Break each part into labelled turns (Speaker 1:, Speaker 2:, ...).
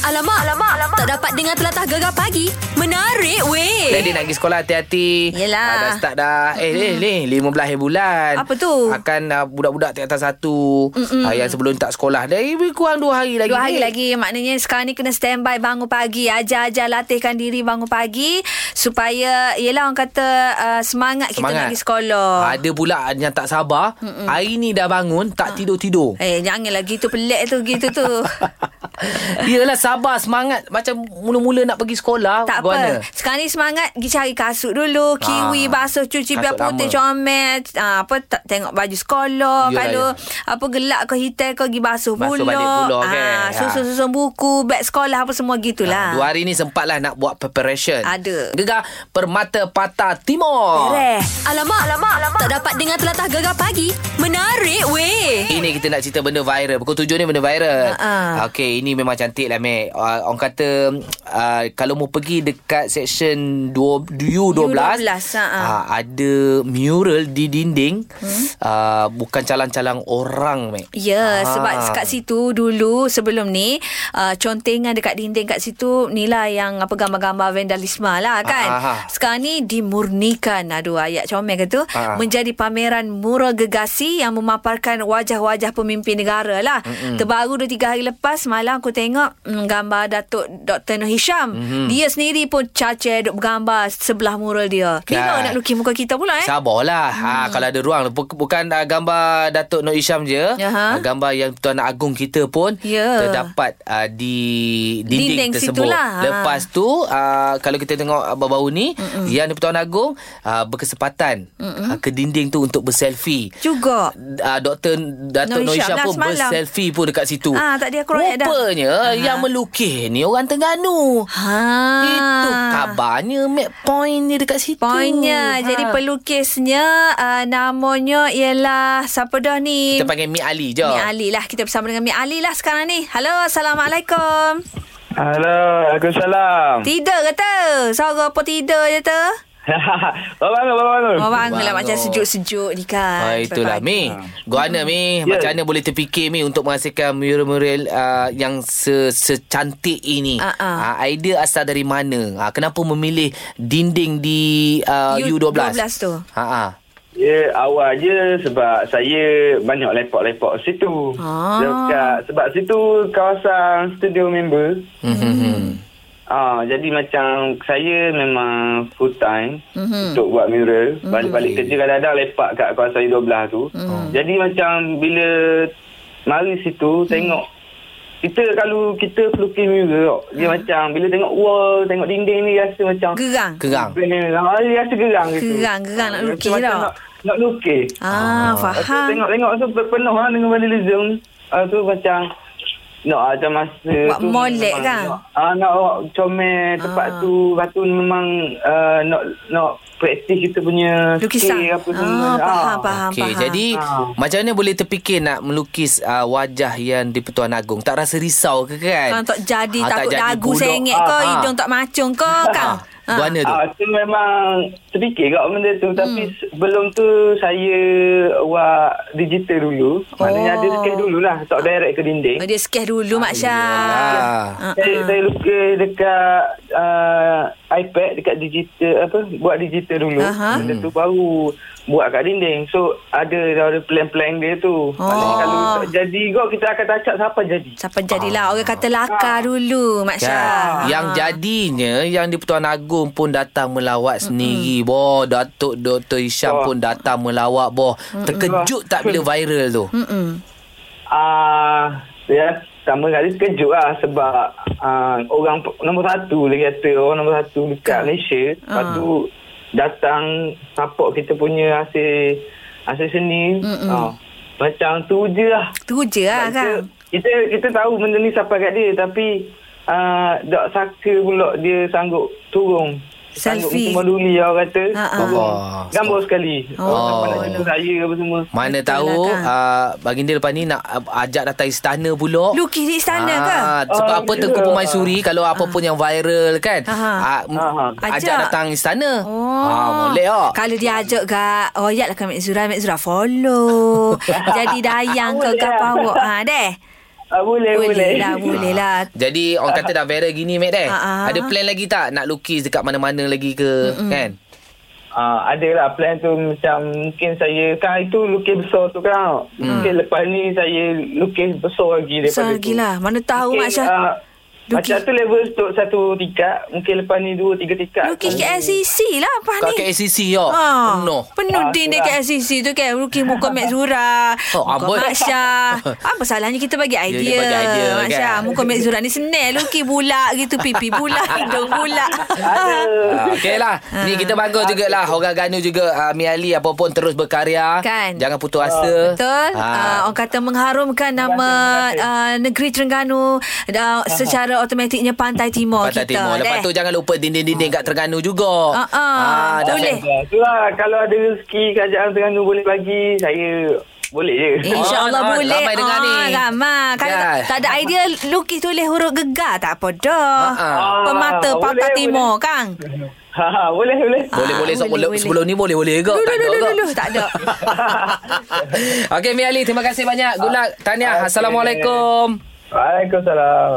Speaker 1: Alamak, alamak, alamak. Tak dapat dengar telatah gegar pagi. Menarik
Speaker 2: Eh.
Speaker 1: weh.
Speaker 2: Lady nak pergi sekolah hati-hati
Speaker 1: Yelah.
Speaker 2: Ah, Dah start dah Eh ni ni 15 hari bulan
Speaker 1: Apa tu?
Speaker 2: Akan uh, budak-budak tingkatan satu uh, Yang sebelum tak sekolah Dah eh, kurang 2 hari lagi
Speaker 1: Dua hari
Speaker 2: ni.
Speaker 1: lagi Maknanya sekarang ni Kena standby bangun pagi Ajar-ajar latihkan diri Bangun pagi Supaya Yelah orang kata uh, Semangat kita nak pergi sekolah
Speaker 2: Ada pula yang tak sabar Mm-mm. Hari ni dah bangun Tak tidur-tidur
Speaker 1: Eh janganlah gitu pelik tu Gitu tu
Speaker 2: Yelah sabar semangat Macam mula-mula nak pergi sekolah
Speaker 1: Tak
Speaker 2: guana.
Speaker 1: apa Sekarang ni semangat Pergi cari kasut dulu Kiwi
Speaker 2: Ah,
Speaker 1: basuh Cuci biar
Speaker 2: kasut
Speaker 1: putih
Speaker 2: lama.
Speaker 1: comel ah, Apa tak, Tengok baju sekolah
Speaker 2: Yelah,
Speaker 1: Kalau Apa gelap ke hitam ke Pergi basuh,
Speaker 2: Basuh balik pula, kan?
Speaker 1: Susun-susun buku Beg sekolah apa semua gitulah
Speaker 2: Dua hari ni sempatlah nak buat preparation
Speaker 1: Ya. Ada.
Speaker 2: Gegar Permata Patah Timur
Speaker 1: Beres. Alamak, alamak, alamak. Tak dapat dengar telatah gegar pagi. Menarik weh.
Speaker 2: Eh, Ini kita nak cerita benda viral. Pukul tujuh ni benda viral.
Speaker 1: Ha-ha.
Speaker 2: Uh-uh. Okey, ini memang cantik lah, Mek. Uh, orang kata uh, kalau mau pergi dekat section 2, U12,
Speaker 1: U12, ha-ha.
Speaker 2: uh, ada mural di dinding. Hmm? Uh, bukan calang-calang orang, Mek.
Speaker 1: Ya,
Speaker 2: Ah.
Speaker 1: sebab kat situ dulu sebelum ni uh, contengan dekat dinding kat situ nilah yang apa gambar-gambar vandalisme lah kan.
Speaker 2: Ah, ah, ah.
Speaker 1: Sekarang ni dimurnikan aduh ayat comel kata tu
Speaker 2: Ah, ah.
Speaker 1: menjadi pameran mural gegasi yang memaparkan wajah-wajah pemimpin negara lah. Mm-hmm. Terbaru 2 3 hari lepas malam aku tengok mm, gambar Datuk Dr. Nur Hisham. Mm-hmm. Dia sendiri pun cacer duk bergambar sebelah mural dia. Kenapa
Speaker 2: Kan.
Speaker 1: nak lukis muka kita pula eh?
Speaker 2: Sabarlah. Hmm. Ha, kalau ada ruang. Buk- Bukan uh, gambar Datuk Nur Isham je.
Speaker 1: Aha.
Speaker 2: Uh, gambar yang Tuan Agong kita pun
Speaker 1: Ya.
Speaker 2: terdapat uh, di
Speaker 1: Dinding
Speaker 2: dinding, tersebut.
Speaker 1: situlah. Ha.
Speaker 2: Lepas tu, uh, kalau kita tengok uh, baru-baru ni, Mm-mm. yang Tuan Agong uh, berkesempatan uh, ke dinding tu untuk berselfie.
Speaker 1: Juga.
Speaker 2: Uh, Dr. Datuk
Speaker 1: Nur
Speaker 2: Nur
Speaker 1: Hisham
Speaker 2: Isham
Speaker 1: lah
Speaker 2: pun
Speaker 1: semalam.
Speaker 2: berselfie pun dekat situ.
Speaker 1: Ah, tadi aku rakyat dah.
Speaker 2: Rupanya yang melukis ni orang Terengganu.
Speaker 1: Ha.
Speaker 2: Itu kabarnya Mac point dia dekat situ.
Speaker 1: Poinnya. Ha. Jadi pelukisnya uh, namanya ialah siapa dah ni?
Speaker 2: Kita panggil Mik Ali je.
Speaker 1: Mi Ali lah. Kita bersama dengan Mi Ali lah sekarang ni. Halo, Assalamualaikum.
Speaker 3: Halo, Waalaikumsalam.
Speaker 1: Tidur ke tu? Suara apa tidur je tu?
Speaker 3: Bawa bangun, bawa bangun.
Speaker 1: Oh, bangun lah macam
Speaker 2: Bangun.
Speaker 1: sejuk-sejuk ni
Speaker 2: Ah,
Speaker 1: kan.
Speaker 2: itulah Mi. Guana Mi,
Speaker 3: Ya.
Speaker 2: macam mana boleh terfikir Mi untuk menghasilkan mural-mural uh, yang se secantik ini?
Speaker 1: Ah, ah.
Speaker 2: Ah, idea asal dari mana? Ah, kenapa memilih dinding di uh,
Speaker 1: U-
Speaker 2: U12?
Speaker 1: tu.
Speaker 2: Ha ah.
Speaker 3: Ya, awal je sebab saya banyak lepak-lepak situ.
Speaker 1: Ah.
Speaker 3: Dekat, sebab situ kawasan studio member.
Speaker 1: Hmm.
Speaker 2: Mhm.
Speaker 3: Ah, jadi macam saya memang full time
Speaker 1: Mhm.
Speaker 3: mm-hmm. untuk buat mural. Balik-balik kerja kadang-kadang lepak kat kawasan U12 tu. Mm. Jadi macam bila mari situ tengok kita kalau kita pelukis mural dia macam bila tengok wall, tengok dinding ni rasa macam
Speaker 1: Gerang.
Speaker 2: Kerang.
Speaker 3: Ah, dia rasa gerang gitu.
Speaker 1: Gerang, gerang nak
Speaker 3: Rasa
Speaker 1: lukis lah.
Speaker 3: macam
Speaker 1: tau.
Speaker 3: Nak, nak lukis.
Speaker 1: Ah,
Speaker 3: Lepas tu
Speaker 1: faham.
Speaker 3: Tengok-tengok tu penuh lah dengan vandalism. Ah, tu macam nak macam masa
Speaker 1: Buat
Speaker 3: tu
Speaker 1: molek
Speaker 3: memang
Speaker 1: kan?
Speaker 3: Nak, ah, nak awak comel tempat
Speaker 1: Ah.
Speaker 3: tu. Lepas tu memang ah, nak nak praktis kita punya
Speaker 1: Lukisan.
Speaker 3: skill apa semua.
Speaker 1: Ah, faham,
Speaker 3: Ah.
Speaker 1: faham,
Speaker 2: Okey,
Speaker 1: faham.
Speaker 2: jadi
Speaker 3: Ah.
Speaker 2: macam mana boleh terfikir nak melukis uh, wajah yang di-Pertuan Agong? Tak rasa risau ke
Speaker 1: Kalau
Speaker 2: kan?
Speaker 1: tak jadi
Speaker 2: Ah,
Speaker 1: takut dagu
Speaker 2: buluk.
Speaker 1: sengit
Speaker 2: Ah,
Speaker 1: ke,
Speaker 2: ah.
Speaker 1: hidung tak macung ke kan?
Speaker 2: Ah, Guana tu.
Speaker 3: Ah, tu memang terfikir kat benda
Speaker 1: Hmm.
Speaker 3: tu tapi sebelum tu saya buat digital dulu.
Speaker 1: Oh.
Speaker 3: Maknanya ada skill dululah tak direct ke dinding.
Speaker 1: Dia sketch dulu Mak Syah.
Speaker 2: Yalah.
Speaker 1: Ah,
Speaker 3: Saya, saya lukis dekat uh, iPad dekat digital apa buat digital dulu.
Speaker 1: Aha.
Speaker 3: Uh-huh. Lepas tu baru buat kat dinding. So ada ada plan-plan dia
Speaker 1: Oh.
Speaker 3: tu. Maknanya kalau tak jadi kau kita akan touch up siapa jadi.
Speaker 1: Siapa jadilah Orang kata lakar
Speaker 3: Ah.
Speaker 1: dulu Mak Syah Ah.
Speaker 2: Kan? Yang jadinya Yang di Pertuan Agong pun datang melawat sendiri boh Datuk Dr. Isham
Speaker 3: Boh.
Speaker 2: pun datang melawat boh Terkejut tak bila viral tu
Speaker 1: Mm-mm.
Speaker 3: Ah uh, ya sama kali terkejut lah sebab uh, orang p- nombor satu dia kata orang nombor satu
Speaker 1: Kan.
Speaker 3: dekat Malaysia. Lepas
Speaker 1: Ah.
Speaker 3: tu datang support kita punya hasil hasil seni. Uh, macam tu je lah.
Speaker 1: Tu je lah
Speaker 3: kita,
Speaker 1: kan
Speaker 3: kita kita tahu benda ni sampai kat dia tapi uh, dok saka pula dia sanggup turun sanggup
Speaker 1: Selfie.
Speaker 3: mengemoduli orang kata
Speaker 1: Ha, ha.
Speaker 3: turun
Speaker 2: Allah.
Speaker 3: gambar sekali
Speaker 1: Oh.
Speaker 3: oh. nampak nak jumpa saya apa semua
Speaker 2: Mana
Speaker 1: Betul
Speaker 2: tahu
Speaker 1: lah kan?
Speaker 2: uh, Baginda lepas ni nak uh, ajak datang istana pula
Speaker 1: Lukis di istana ke Oh, Ah.
Speaker 2: Ah, Sebab
Speaker 3: Ah,
Speaker 2: apa
Speaker 3: ya.
Speaker 2: Tengku Permaisuri Kalau apa pun yang viral kan
Speaker 1: Aha.
Speaker 2: ah, m-
Speaker 3: Aha.
Speaker 1: Ajak.
Speaker 2: Ajak datang istana
Speaker 1: Oh.
Speaker 2: ah, Molek tak
Speaker 1: Kalau dia ajak gak, oh ya lah kami Zura, Mek Zura follow. Jadi dayang ke
Speaker 3: Boleh
Speaker 1: gak
Speaker 3: lah.
Speaker 1: pawok. Ha deh.
Speaker 3: Ah, boleh, boleh.
Speaker 1: Boleh lah, boleh lah.
Speaker 2: Ah, Jadi orang kata dah viral gini Mat eh.
Speaker 1: Ah, ah.
Speaker 2: Ada plan lagi tak nak lukis dekat mana-mana lagi ke mm kan?
Speaker 3: Ah, ada lah plan tu macam mungkin saya kan itu lukis besar tu kan. Mungkin lepas ni saya lukis besar lagi daripada
Speaker 1: Hmm. Besar lagi
Speaker 3: tu.
Speaker 1: lah. Mana tahu Mak Syah.
Speaker 3: ah,
Speaker 1: lukis-
Speaker 3: Macam tu level untuk satu tingkat. Mungkin lepas ni dua, tiga tingkat.
Speaker 1: Lukis KLCC lah Pah
Speaker 2: Kat E
Speaker 1: ni.
Speaker 2: KSCC yo.
Speaker 1: Ah,
Speaker 2: Oh, Penuh.
Speaker 1: Penuh
Speaker 3: Ah,
Speaker 1: din dia
Speaker 3: itulah.
Speaker 1: KLCC tu kan. Lukis muka Mat Zura.
Speaker 2: Oh, amboi.
Speaker 1: muka Mak Syah. Ah, Apa salahnya kita bagi
Speaker 2: dia
Speaker 1: idea.
Speaker 2: bagi idea,
Speaker 1: Mak
Speaker 2: kan?
Speaker 1: Syah. Muka Mat Zura ni senang. Lukis bulak gitu. Pipi bulak. Hidung bulak. Ah.
Speaker 3: Ada.
Speaker 2: Okey lah Ni kita bangga jugalah Orang Ganu juga uh, Mi Ali apa pun terus berkarya
Speaker 1: Kan.
Speaker 2: Jangan putus asa Ah,
Speaker 1: Betul. Uh, orang kata mengharumkan nama uh, negeri Terengganu uh, secara otomatiknya Pantai Timur oh,
Speaker 2: Pantai
Speaker 1: kita. kan?
Speaker 2: Timur Lepas
Speaker 1: deh.
Speaker 2: tu jangan lupa dinding-dinding kat Terengganu juga
Speaker 1: Ah, ah.
Speaker 2: dah
Speaker 1: Boleh.
Speaker 2: fan-
Speaker 3: Itulah kalau ada rezeki kerajaan Terengganu boleh bagi saya boleh je.
Speaker 1: Eh. InsyaAllah
Speaker 2: Oh,
Speaker 1: boleh. Ah,
Speaker 2: ramai dengar ni.
Speaker 1: Ramai. Kalau tak,
Speaker 2: Kan.
Speaker 1: tak ada idea lukis tulis huruf gegar tak apa dah.
Speaker 2: Ha, ha.
Speaker 1: Pemata
Speaker 3: Ah,
Speaker 1: Pantai
Speaker 3: boleh,
Speaker 1: Timur kang.
Speaker 3: Ha, ha, boleh
Speaker 2: boleh
Speaker 3: boleh.
Speaker 1: Ah,
Speaker 2: boleh,
Speaker 1: boleh,
Speaker 2: sebelum,
Speaker 1: boleh.
Speaker 2: sebelum ni boleh boleh ke
Speaker 1: Dulu
Speaker 2: Tak ada
Speaker 1: dulu
Speaker 2: ke?
Speaker 1: dulu tak ada.
Speaker 2: Okey Mi Ali terima kasih banyak Good luck Tahniah
Speaker 3: Okey.
Speaker 2: Assalamualaikum
Speaker 3: Waalaikumsalam.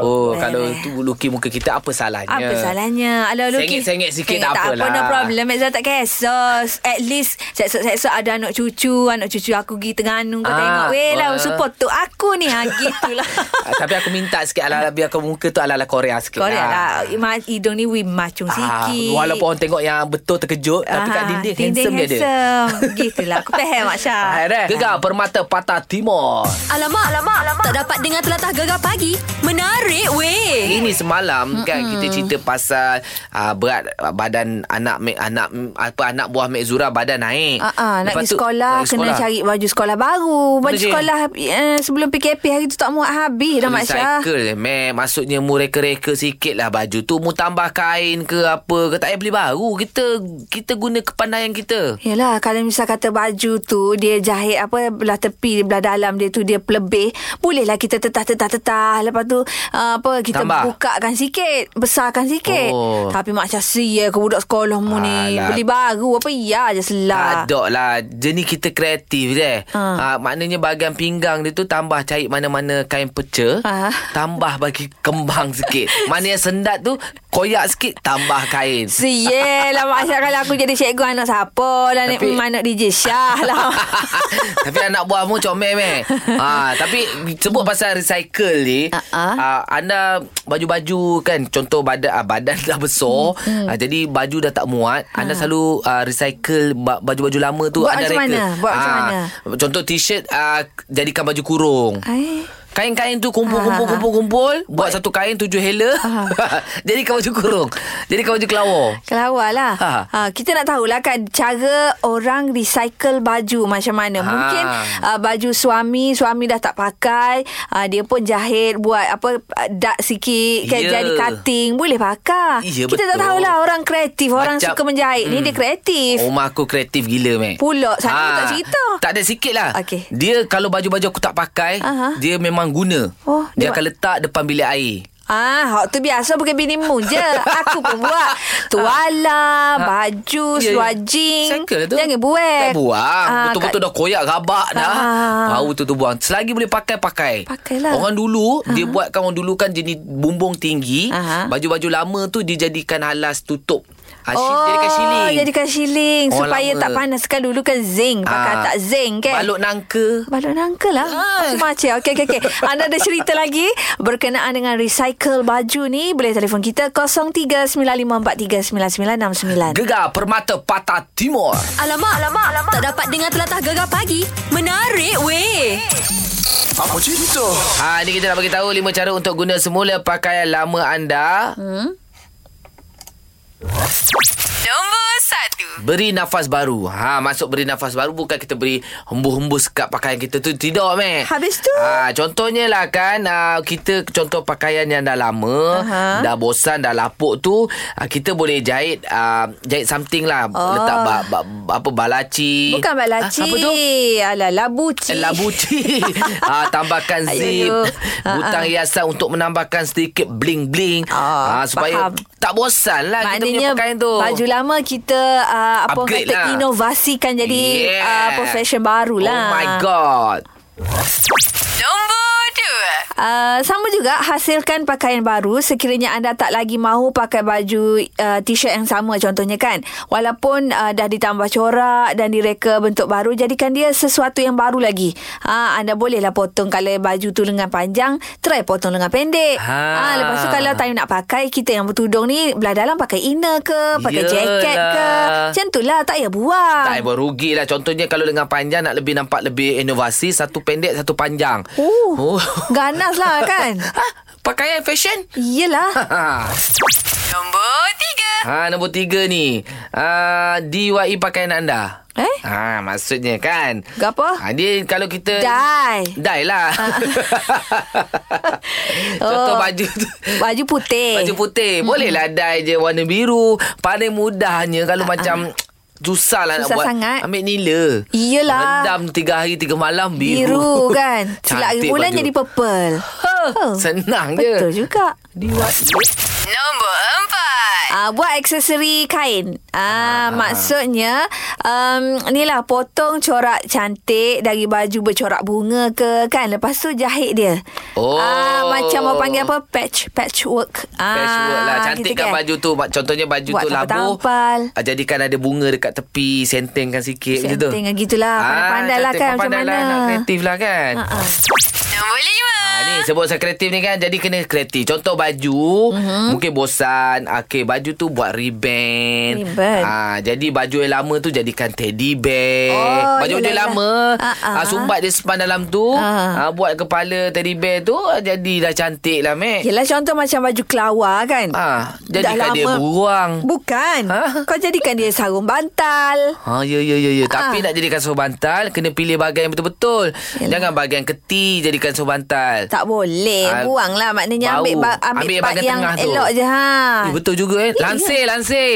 Speaker 2: Oh
Speaker 1: Boleh.
Speaker 2: kalau tu lukis muka kita apa salahnya
Speaker 1: Apa salahnya? Ala lukis.
Speaker 2: Sengit-sengit Ya. sikit tak
Speaker 1: Eh,
Speaker 2: apalah.
Speaker 1: Tak apa, no problem. Mek Zah tak kisah. At least seksok-seksok ada anak cucu. Anak cucu aku pergi Terengganu kau
Speaker 2: Ah,
Speaker 1: tengok. Weh lah,
Speaker 2: ah.
Speaker 1: support tu aku ni. Ha, gitulah.
Speaker 2: Ah, Tapi aku minta sikit ala biar ke muka tu ala-ala Korea sikit
Speaker 1: Korea lah. Ma- hidung ni weh macung
Speaker 2: Ah,
Speaker 1: sikit.
Speaker 2: walaupun orang tengok yang betul terkejut tapi kat
Speaker 1: Ah,
Speaker 2: dinding, handsome, dia ada.
Speaker 1: handsome. Gitulah. Aku faham, Mak Syah.
Speaker 2: Ah, kan? Gegar Permata Patah Timur.
Speaker 4: Alamak, alamak, alamak. Tak dapat dengar telatah gegar pagi. Menarik,
Speaker 1: Eh.
Speaker 4: weh.
Speaker 2: Ini semalam mm kan kita cerita pasal uh, berat ah, badan anak Mek- anak apa anak buah Mek Zura badan naik.
Speaker 1: Ah, ah, nak pergi
Speaker 2: Lepas tu- eh,
Speaker 1: sekolah
Speaker 2: nak pergi
Speaker 1: kena cari baju sekolah baru. Baju
Speaker 2: Boleh.
Speaker 1: sekolah eh, sebelum PKP hari tu tak muat habis dah lah, Mak Syah.
Speaker 2: Recycle eh, Mek. Maksudnya mu reka-reka sikit lah baju tu. Mu tambah kain ke apa ke. Tak payah beli baru. Kita kita guna kepandaian kita.
Speaker 1: Yelah kalau misal kata baju tu dia jahit apa belah tepi belah dalam dia tu dia pelebih bolehlah kita tetah-tetah-tetah lepas tu uh, apa kita
Speaker 2: Tambah.
Speaker 1: bukakan sikit besarkan sikit
Speaker 2: Oh.
Speaker 1: tapi mak Syah sia ke budak sekolah mu ni
Speaker 2: Alah.
Speaker 1: beli baru apa ya je
Speaker 2: Tak
Speaker 1: selah
Speaker 2: ada lah Jenis kita kreatif je ha. ha. Maknanya bahagian pinggang dia tu Tambah cari mana-mana kain pecah
Speaker 1: Ah.
Speaker 2: Tambah bagi kembang sikit Mana yang sendat tu Koyak sikit Tambah kain
Speaker 1: Siye lah Mak Syah kalau aku jadi cikgu anak siapa lah ni
Speaker 2: Tapi-
Speaker 1: Hmm, anak DJ Syah lah
Speaker 2: tapi anak buahmu comel meh. Ha, tapi sebut pasal recycle ni,
Speaker 1: Ah, ah.
Speaker 2: ah, anda baju-baju kan contoh badan ah, badan dah besar, ah, jadi baju dah tak muat, anda selalu ah, recycle ba- baju-baju lama tu
Speaker 1: Ha. Buat
Speaker 2: anda
Speaker 1: macam mana? Buat macam
Speaker 2: Ah, Contoh t-shirt ah, jadikan baju kurung.
Speaker 1: Ai.
Speaker 2: Kain-kain tu
Speaker 1: Ah,
Speaker 2: kumpul-kumpul-kumpul-kumpul Buat satu kain tujuh hela Jadi kau baju kurung Jadi kau baju kelawar
Speaker 1: Kelawar lah
Speaker 2: Ha.
Speaker 1: ha. ha. Kita nak tahulah kan Cara orang recycle baju Macam mana
Speaker 2: Ha.
Speaker 1: ha. Mungkin uh, baju suami Suami dah tak pakai uh, Dia pun jahit Buat apa uh, Dak sikit kan,
Speaker 2: Ya.
Speaker 1: Jadi cutting Boleh pakai
Speaker 2: Ya,
Speaker 1: Kita tak
Speaker 2: betul.
Speaker 1: tahulah Orang kreatif Orang
Speaker 2: Macam-
Speaker 1: suka menjahit Ni
Speaker 2: Hmm.
Speaker 1: dia kreatif
Speaker 2: Rumah aku kreatif gila, Mac.
Speaker 1: Pula. Sana you tak cerita.
Speaker 2: Tak ada sikit lah.
Speaker 1: Okey.
Speaker 2: Dia kalau baju-baju aku tak pakai,
Speaker 1: Aha.
Speaker 2: dia memang guna.
Speaker 1: Oh,
Speaker 2: dia,
Speaker 1: dia
Speaker 2: akan letak depan bilik air.
Speaker 1: Ah, hak tu biasa pakai bini mu je. Aku pun buat. Tuala, baju,
Speaker 2: Ya, ya.
Speaker 1: suajing.
Speaker 2: Cycle lah tu.
Speaker 1: Jangan buang.
Speaker 2: Tak buang.
Speaker 1: Ah,
Speaker 2: Betul-betul dah koyak rabak dah.
Speaker 1: Ah.
Speaker 2: Bau tu tu buang. Selagi boleh pakai, pakai.
Speaker 1: Pakailah.
Speaker 2: Orang dulu, dia buatkan orang dulu kan jenis bumbung tinggi.
Speaker 1: Aha.
Speaker 2: Baju-baju lama tu dia jadikan halas tutup. Ah, shi-
Speaker 1: oh,
Speaker 2: jadikan siling.
Speaker 1: jadikan siling.
Speaker 2: Oh,
Speaker 1: supaya
Speaker 2: lama.
Speaker 1: tak panaskan dulu kan zinc. Pakai
Speaker 2: Ah.
Speaker 1: tak zinc kan.
Speaker 2: Balut Ah. nangka.
Speaker 1: Balut nangka lah Aku macam Okey okey okey Anda ada cerita lagi Berkenaan dengan recycle baju ni Boleh telefon kita 0395439969
Speaker 2: Gegar Permata Patah Timur.
Speaker 4: Alamak, alamak, alamak. Tak dapat dengar telatah gegar pagi. Menarik, weh.
Speaker 5: Apa cerita?
Speaker 2: Ha, ni kita nak bagi tahu 5 cara untuk guna semula pakaian lama anda. Hmm. Nombor 1. Beri nafas baru. Ha, masuk beri nafas baru bukan kita beri hembus-hembus kat pakaian kita tu. Tidak, Mac.
Speaker 1: Habis tu?
Speaker 2: Ha, contohnya lah kan, ha, kita contoh pakaian yang dah lama,
Speaker 1: Aha.
Speaker 2: dah bosan, dah lapuk tu, ha, kita boleh jahit ha, jahit something lah. Oh. Letak ba, ba, apa balaci.
Speaker 1: Bukan Mbak Laci
Speaker 2: Ha, apa tu?
Speaker 1: Alah labuci
Speaker 2: Eh, Labuci ah, Tambahkan
Speaker 1: Ayo,
Speaker 2: zip
Speaker 1: ayo.
Speaker 2: Butang
Speaker 1: Ha, ha.
Speaker 2: hiasan Untuk menambahkan sedikit bling-bling
Speaker 1: Ah,
Speaker 2: ah, Supaya
Speaker 1: faham.
Speaker 2: Tak bosan lah Kita punya
Speaker 1: Maknanya
Speaker 2: pakaian tu
Speaker 1: baju lama kita uh, apa orang
Speaker 2: Upgrade
Speaker 1: kata
Speaker 2: lah.
Speaker 1: inovasikan jadi ah, yeah. uh, apa fashion baru lah.
Speaker 2: Oh my god
Speaker 4: Nombor 2.
Speaker 1: Uh, sama juga hasilkan pakaian baru sekiranya anda tak lagi mahu pakai baju uh, t-shirt yang sama contohnya kan. Walaupun uh, dah ditambah corak dan direka bentuk baru jadikan dia sesuatu yang baru lagi. Ha, anda bolehlah potong kalau baju tu lengan panjang, try potong lengan pendek.
Speaker 2: Ha.
Speaker 1: Ha. ha lepas tu kalau time nak pakai kita yang bertudung ni belah dalam pakai inner ke, pakai
Speaker 2: Yelah.
Speaker 1: jaket ke. Macam tu lah tak payah buang.
Speaker 2: Tak payah rugi lah Contohnya kalau lengan panjang Nak lebih nampak lebih inovasi Satu pendek satu panjang
Speaker 1: Oh, ganas lah kan?
Speaker 2: ha, Pakaian fashion
Speaker 1: Yelah.
Speaker 4: Nombor tiga.
Speaker 2: Ha nombor tiga ni uh, DIY pakaian anda
Speaker 1: Eh?
Speaker 2: Ha maksudnya kan
Speaker 1: Gapo?
Speaker 2: ha, Dia kalau kita
Speaker 1: Dye.
Speaker 2: Dye lah Contoh
Speaker 1: Ah. Oh.
Speaker 2: baju tu
Speaker 1: Baju putih.
Speaker 2: Baju putih Boleh lah dye je warna biru Paling mudahnya Kalau macam Susah lah
Speaker 1: Ah,
Speaker 2: nak
Speaker 1: Susah
Speaker 2: buat
Speaker 1: sangat.
Speaker 2: Ambil nila
Speaker 1: Iyalah.
Speaker 2: Rendam tiga hari tiga malam biru
Speaker 1: Biru kan. Silap
Speaker 2: Cantik
Speaker 1: bulan
Speaker 2: baju.
Speaker 1: jadi purple.
Speaker 2: Ha, senang je.
Speaker 1: Betul juga.
Speaker 4: Nombor empat.
Speaker 1: Ah buat aksesori kain. Ah maksudnya um, ni lah potong corak cantik dari baju bercorak bunga ke kan. Lepas tu jahit dia.
Speaker 2: Oh.
Speaker 1: Ah macam orang panggil apa? Patch patchwork. Ah
Speaker 2: Patchwork lah
Speaker 1: gitu kan?
Speaker 2: Cantikkan baju tu Ba- Contohnya baju
Speaker 1: Buat
Speaker 2: tu labuh
Speaker 1: tampal-tampal.
Speaker 2: ah, Jadikan ada bunga dekat tepi Sentengkan sikit macam tu.
Speaker 1: Sentengkan gitulah. Pandai-pandai lah
Speaker 2: cantik,
Speaker 1: kan macam
Speaker 2: pandai lah,
Speaker 1: mana.
Speaker 2: Nak kreatif lah kan
Speaker 1: Ah, ah.
Speaker 4: Nombor lima.
Speaker 2: Ha, ni sebut pasal kreatif ni kan Jadi kena kreatif Contoh baju
Speaker 1: Mhm.
Speaker 2: mm-hmm. Mungkin bosan Okay baju tu buat ribbon
Speaker 1: Ribbon.
Speaker 2: ha, Jadi baju yang lama tu Jadikan teddy bear
Speaker 1: Oh,
Speaker 2: Baju yang
Speaker 1: yelah,
Speaker 2: lama
Speaker 1: yelah. Ah,
Speaker 2: ha,
Speaker 1: ah.
Speaker 2: Sumbat dia sepan dalam tu
Speaker 1: Ah.
Speaker 2: ha, Buat kepala teddy bear tu ah, Jadi dah cantik lah Mac
Speaker 1: Yelah contoh macam baju kelawar kan.
Speaker 2: ha,
Speaker 1: Dah
Speaker 2: Jadikan dia
Speaker 1: lama.
Speaker 2: buang
Speaker 1: Bukan.
Speaker 2: Ha?
Speaker 1: Kau jadikan dia sarung bantal.
Speaker 2: Ha ya ya ya ya tapi
Speaker 1: Ah.
Speaker 2: nak jadikan kasur bantal kena pilih bahagian yang betul-betul. Jangan bahagian keti jadikan kasur bantal.
Speaker 1: Tak boleh.
Speaker 2: Ah,
Speaker 1: Buang lah. Maknanya ambil,
Speaker 2: bau.
Speaker 1: ba- ambil,
Speaker 2: Ambil
Speaker 1: ambil part
Speaker 2: bahagian
Speaker 1: yang
Speaker 2: tengah tu.
Speaker 1: elok je. Ha.
Speaker 2: Eh, betul juga eh. Lansir lansir.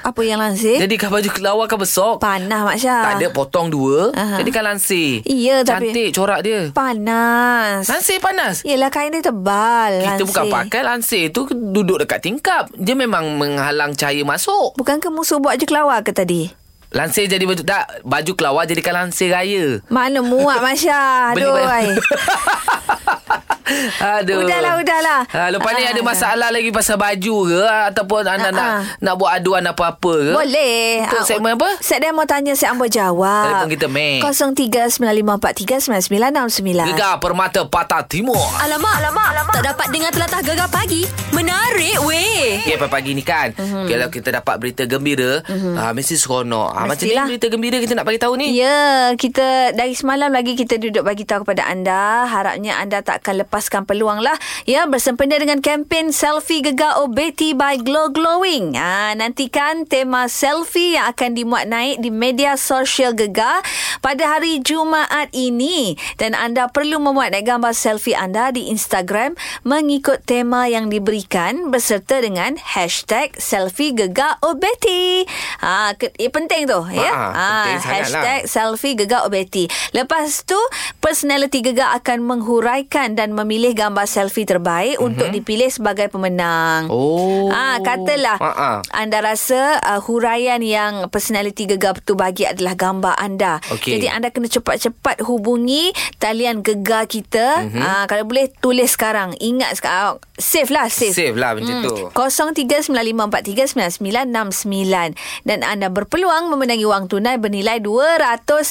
Speaker 1: Apa yang lansir?
Speaker 2: Jadi kalau baju kelawar kan besok.
Speaker 1: Panas Mak Syah.
Speaker 2: Tak ada potong dua.
Speaker 1: Aha.
Speaker 2: Jadikan lansir.
Speaker 1: Iya, tapi-
Speaker 2: Cantik corak dia.
Speaker 1: Panas.
Speaker 2: Lansir panas.
Speaker 1: Yelah kain dia tebal.
Speaker 2: Kita
Speaker 1: lansir.
Speaker 2: bukan pakai lansir tu duduk dekat tingkap. Dia memang menghalang cahaya masuk.
Speaker 1: Bukan ke musuh buat je kelawar ke tadi?
Speaker 2: Lansir jadi baju tak baju kelawar jadikan lansir raya.
Speaker 1: Mana muat Mak Syah.
Speaker 2: Beli
Speaker 1: Aduh.
Speaker 2: ba-
Speaker 1: ai.
Speaker 2: Aduh.
Speaker 1: Udahlah, udahlah.
Speaker 2: Ha, lepas ni
Speaker 1: Ah.
Speaker 2: ada masalah lagi pasal baju ke ataupun
Speaker 1: Ah,
Speaker 2: anda nak
Speaker 1: ah.
Speaker 2: nak buat aduan apa-apa ke?
Speaker 1: Boleh.
Speaker 2: Untuk
Speaker 1: Ah,
Speaker 2: segmen apa?
Speaker 1: Set dia mau tanya Set Ambo jawab.
Speaker 2: Telefon kita, Mac.
Speaker 1: 0395439969.
Speaker 2: Gegar Permata Patah Timur.
Speaker 4: Alamak, alamak, alamak. Tak dapat dengar telatah gegar pagi. Menarik weh.
Speaker 2: Okay, pagi ni kan
Speaker 1: Mhm.
Speaker 2: mm-hmm. Kalau kita dapat berita gembira mm-hmm. ah, Mesti seronok ah, Macam ni
Speaker 1: Mestilah.
Speaker 2: berita gembira Kita nak bagi tahu ni
Speaker 1: Ya, kita dari semalam lagi kita duduk bagi tahu kepada anda. Harapnya anda tak akan lepaskan peluang lah. Ya, bersempena dengan kempen Selfie Gegar Obeti by Glow Glowing. Ha, nantikan tema selfie yang akan dimuat naik di media sosial Gegar pada hari Jumaat ini. Dan anda perlu memuat naik gambar selfie anda di Instagram mengikut tema yang diberikan beserta dengan hashtag selfie gegar obeti. Ha, ke, eh, penting tu. Ya?
Speaker 2: Ah, penting
Speaker 1: Ha,
Speaker 2: sangatlah.
Speaker 1: hashtag selfie gegar obeti. Lepas tu, personality gegar akan menghuraikan dan memilih gambar selfie terbaik
Speaker 2: Mhm.
Speaker 1: mm-hmm. untuk dipilih sebagai pemenang.
Speaker 2: Oh.
Speaker 1: Ah, katalah
Speaker 2: Ah, ah.
Speaker 1: anda rasa uh, huraian yang personality gegar tu bagi adalah gambar anda.
Speaker 2: Okey.
Speaker 1: Jadi anda kena cepat-cepat hubungi talian gegar kita.
Speaker 2: Mhm.
Speaker 1: Mm-hmm. Ah, kalau boleh tulis sekarang. Ingat sekarang. Save lah, save.
Speaker 2: Save lah macam tu.
Speaker 1: 0395439969 dan anda berpeluang memenangi wang tunai bernilai RM200.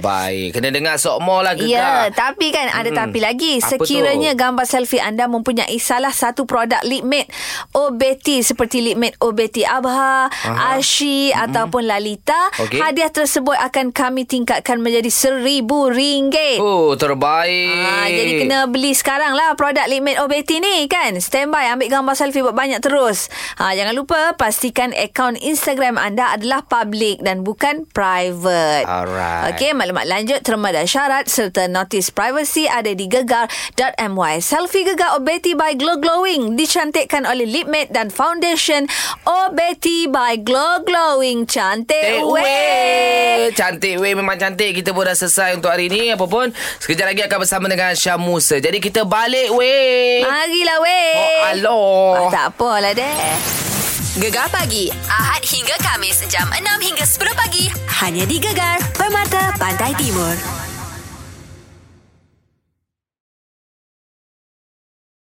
Speaker 2: Terbaik Kena dengar sok more lah gegar
Speaker 1: Eh. Ya, tapi kan ada
Speaker 2: Mm-mm.
Speaker 1: tapi lagi.
Speaker 2: Apa tu?
Speaker 1: Sekiranya gambar selfie anda mempunyai salah satu produk Lipmate Obeti seperti Lipmate Obeti Abha,
Speaker 2: Aha.
Speaker 1: Ashi ataupun Lalita,
Speaker 2: Okey.
Speaker 1: hadiah tersebut akan kami tingkatkan menjadi RM1000.
Speaker 2: Oh terbaik
Speaker 1: Ah, jadi kena beli sekarang lah produk Lipmate Obeti ni kan. Standby ambil gambar selfie buat banyak terus. Ah, jangan lupa pastikan akaun Instagram anda adalah public dan bukan private.
Speaker 2: Alright.
Speaker 1: Okey, maklumat lanjut terma dan syarat serta notis privacy ada di gegar.my. Selfie gegar Obeti by Glow Glowing dicantikkan oleh Lipmate dan foundation Obeti by Glow Glowing. Cantik
Speaker 2: Cantik
Speaker 1: weh.
Speaker 2: Eh, weh Cantik weh Memang cantik Kita pun dah selesai untuk hari ni Apa pun Sekejap lagi akan bersama dengan Syah Musa Jadi kita balik weh
Speaker 1: Marilah weh.
Speaker 2: Oh aloh
Speaker 1: Ah, tak apalah deh.
Speaker 4: Gegar pagi. Ahad hingga Kamis. Jam 6 hingga 10 pagi. Hanya di Gegar. Permata Pantai Timur.